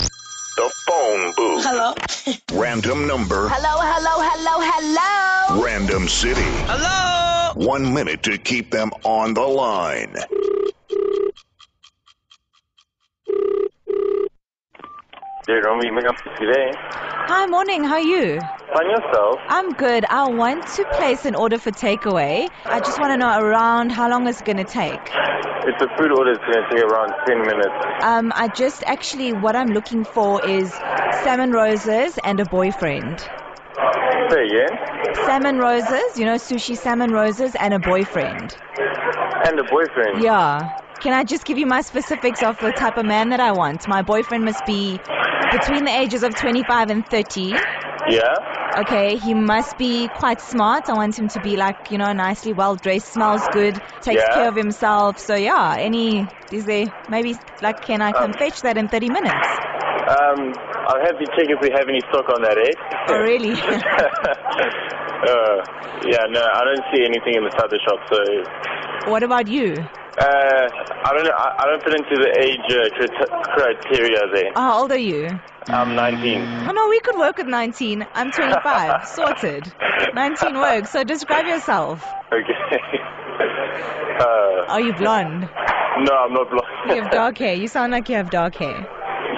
the phone booth. Hello. Random number. Hello, hello, hello, hello. Random city. Hello. One minute to keep them on the line. Dude, I'm meeting up today. Hi, morning. How are you? Find yourself. I'm good. I want to place an order for takeaway. I just want to know around how long it's going to take. It's a food order. It's going to take around 10 minutes. Um, I just actually, what I'm looking for is salmon roses and a boyfriend. Say again. Salmon roses, you know, sushi salmon roses and a boyfriend. And a boyfriend. Yeah. Can I just give you my specifics of the type of man that I want? My boyfriend must be between the ages of 25 and 30. Yeah? Okay, he must be quite smart. I want him to be like, you know, nicely well dressed, smells good, takes Yeah. care of himself. So yeah, any is there maybe like can I come Um, fetch that in thirty minutes? Um, I'll have to check if we have any stock on that, eh? Oh really? uh, yeah, no, I don't see anything in the other shop, so... what about you? Uh, I don't know. I, I don't fit into the age uh, crit- criteria there. How old are you? I'm 19. Oh no, we could work with nineteen. I'm twenty five. Sorted. Nineteen works. So describe yourself. Okay. uh, Are you blonde? no, I'm not You blonde. have dark hair. You sound like you have dark hair.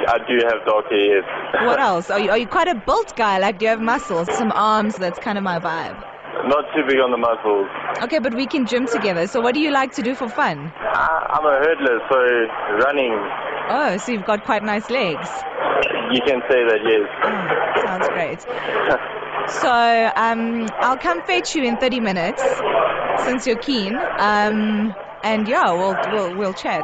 I do have dark hair, yes. What else? Are you are you quite a built guy? Like do you have muscles? Some arms, that's kind of my vibe. Not too big on the muscles. Okay, but we can gym together. So what do you like to do for fun? I, I'm a hurdler, so running, Oh, so you've got quite nice legs. you can say that, yes. Oh, sounds great. So um, I'll come fetch you in 30 minutes, since you're keen. Um, and yeah, we'll, we'll we'll chat.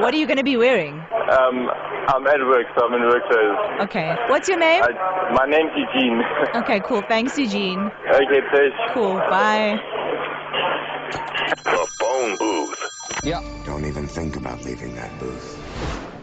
What are you going to be wearing? Um, I'm at work, so I'm in work clothes. Okay. What's your name? I, my name's Eugene. Okay, cool. Thanks, Eugene. okay, please. Cool. Bye. The phone booth. Don't even think about leaving that booth.